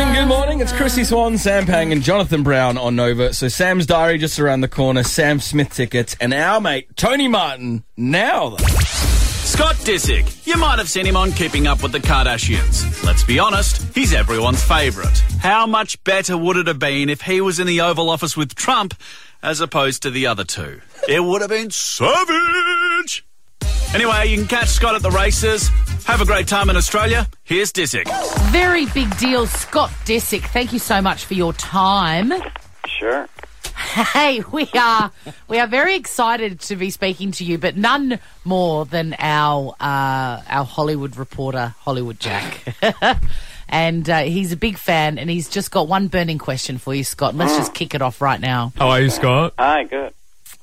It's Chrissy Swan, Sam Pang, and Jonathan Brown on Nova. So Sam's diary just around the corner. Sam Smith tickets and our mate Tony Martin now. Scott Disick. You might have seen him on Keeping Up with the Kardashians. Let's be honest, he's everyone's favourite. How much better would it have been if he was in the Oval Office with Trump as opposed to the other two? It would have been savage! Anyway, you can catch Scott at the races. Have a great time in Australia. Here's Disick. Very big deal, Scott Disick. Thank you so much for your time. Sure. Hey, we are we are very excited to be speaking to you, but none more than our uh, our Hollywood reporter, Hollywood Jack. and uh, he's a big fan, and he's just got one burning question for you, Scott. Let's just kick it off right now. How are you, Scott? Hi, good.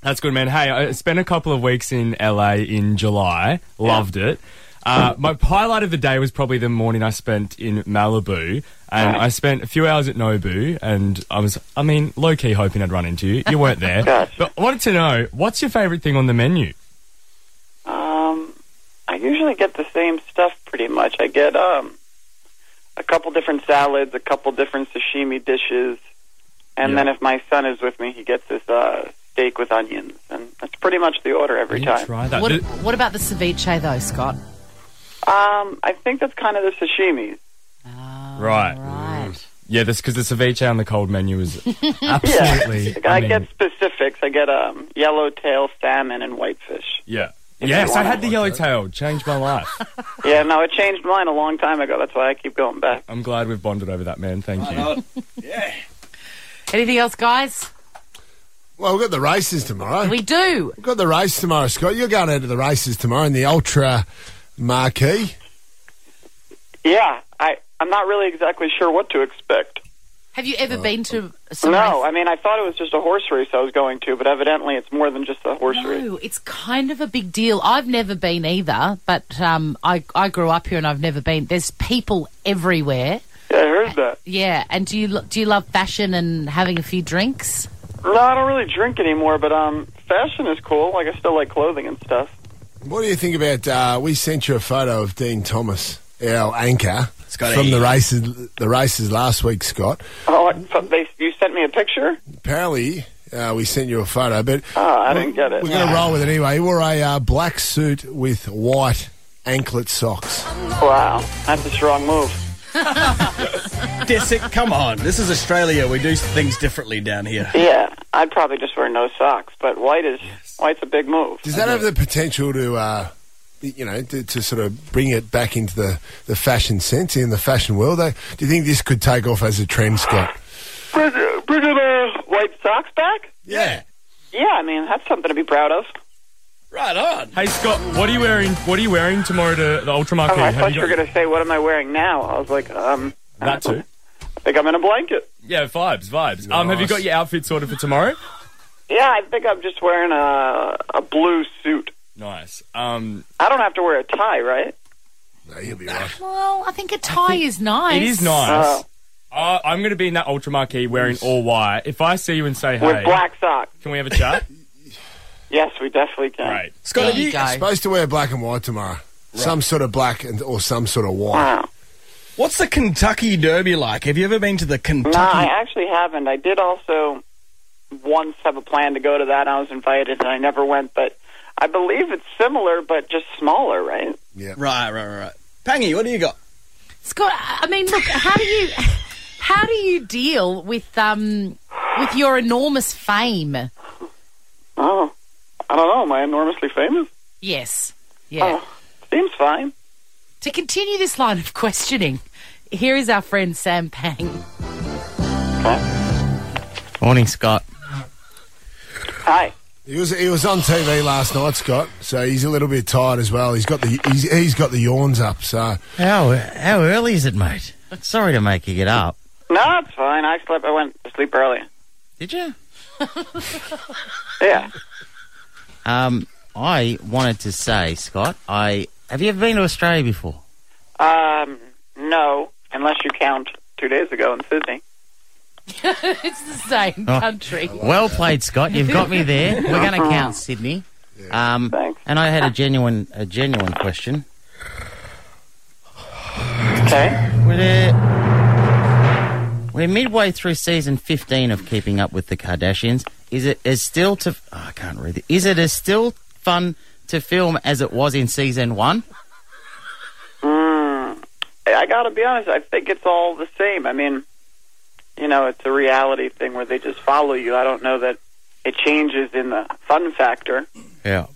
That's good, man. Hey, I spent a couple of weeks in LA in July. Loved it. Uh, my highlight of the day was probably the morning I spent in Malibu, and I spent a few hours at Nobu, and I was, I mean, low key hoping I'd run into you. You weren't there, Gotcha. but I wanted to know what's your favorite thing on the menu? Um, I usually get the same stuff pretty much. I get um a couple different salads, a couple different sashimi dishes, and Yeah. then if my son is with me, he gets this uh, steak with onions, and that's pretty much the order every You time. try that. What Th- what about the ceviche though, Scott? Um, I think that's kind of the sashimi. Right. Right. Yeah, this because the ceviche on the cold menu is absolutely. Like, I, mean, get specifics. I get um yellowtail salmon and whitefish. yeah. Yes, I had the yellowtail. Changed my life. Yeah, no, it changed mine a long time ago. That's why I keep going back. I'm glad we've bonded over that, man. Thank you. Anything else, guys? Well, we've got the races tomorrow. We do. We've got the race tomorrow, Scott. You're going out to the races tomorrow in the Ultra Marquee. Yeah, I I'm not really exactly sure what to expect. Have you ever been to some No, I race- mean I thought it was just a horse race I was going to, but evidently it's more than just a horse race. No, it's kind of a big deal. I've never been either, but um, I I grew up here and I've never been. There's people everywhere. Yeah, I heard that. Yeah, and do you lo- do you love fashion and having a few drinks? No, I don't really drink anymore, but um, fashion is cool. Like I still like clothing and stuff. What do you think about? Uh, we sent you a photo of Dean Thomas, our anchor from the races, the races last week, Scott. Oh, I- so they you sent me a picture? Apparently, uh, we sent you a photo, but Oh, I didn't get it. we're going to roll with it anyway. He wore a uh, black suit with white anklet socks. Wow, that's a strong move. Disick, come on. This is Australia. We do things differently down here. Yeah, I'd probably just wear no socks, but white is white's a big move. Does that have the potential to, uh, you know, to, to sort of bring it back into the, the fashion sense in the fashion world? Though? Do you think this could take off as a trend, Scott? Bring, bring the white socks back? Yeah. Yeah, I mean that's something to be proud of. Oh, Right on. Hey Scott, what are you wearing? What are you wearing tomorrow to the Ultra Marquee? Oh, I Have thought you you were got- going to say, "What am I wearing now?" I was like, um, that too. I think I'm in a blanket. Yeah, vibes, vibes. Um, have you Nice. got your outfit sorted for tomorrow? Yeah, I think I'm just wearing a a blue suit. Nice. Um, I don't have to wear a tie, right? No, you'll be right. Well, I think a tie is nice. it is nice. Oh. Uh, I'm going to be in that Ultra Marquee wearing all white. If I see you and say hey, With black socks. can we have a chat? Yes, we definitely can. Great. Scott, There have you you, go. Supposed to wear black and white tomorrow. Some sort of black and, or some sort of white. Wow. what's the Kentucky Derby like? Have you ever been to the Kentucky? No, I actually haven't. I did also once have a plan to go to that. and I was invited, and I never went. But I believe it's similar, but just smaller, right? Right, right, right, right. Pangy, what do you got? Scott, I mean, look, how do you how do you deal with um with your enormous fame? Oh, I don't know. Am I enormously famous? Yes. Yeah. Oh, seems fine. To continue this line of questioning, here is our friend Sam Pang. Morning, Scott. Hi. He was he was on TV last night, Scott. So he's a little bit tired as well. He's got the he's, he's got the yawns up. So How how early is it, mate? Sorry to make you get up. No, it's fine. I slept. I went to sleep early. Did you? Yeah. Um, I wanted to say, Scott, I have you ever been to Australia before? Um, no, unless you count two days ago in Sydney. It's the same Oh. country. Well played, Scott. You've got me there. We're going to count Sydney. Um, Thanks. and I had a genuine a genuine question. Okay. Were there We're midway through season 15 of Keeping Up with the Kardashians. Is it as still to. Oh, I can't read it. Is it as still fun to film as it was in season one? I got to be honest. I think it's all the same. I mean, you know, it's a reality thing where they just follow you. I don't know that it changes in the fun factor, Yeah.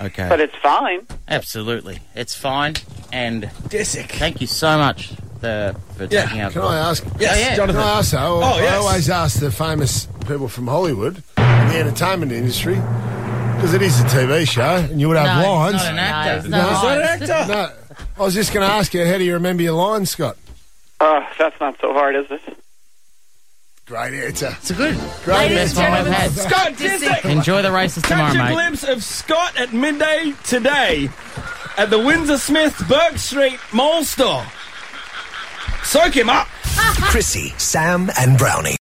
Okay. but it's fine. Absolutely. It's fine. And Disick. thank you so much uh, for Yeah. taking out. Can I ask? Yes, Oh, yeah. Can Jonathan. I ask though? Oh, I yes. always ask the famous people from Hollywood, and the entertainment industry, because it is a TV show, and you would No, have he's lines. not an actor. No, No, uh, no. Is that an actor? No, I was just going to ask you, how do you remember your lines, Scott? Uh, that's not so hard, is it? Great answer. It's a good. Great Best one we've had. Scott Disick. Enjoy the races tomorrow, Catch a mate. glimpse of Scott at midday today at the Windsor Smith Burke Street Mall Store. Soak him up. Chrissy, Sam, and Brownie.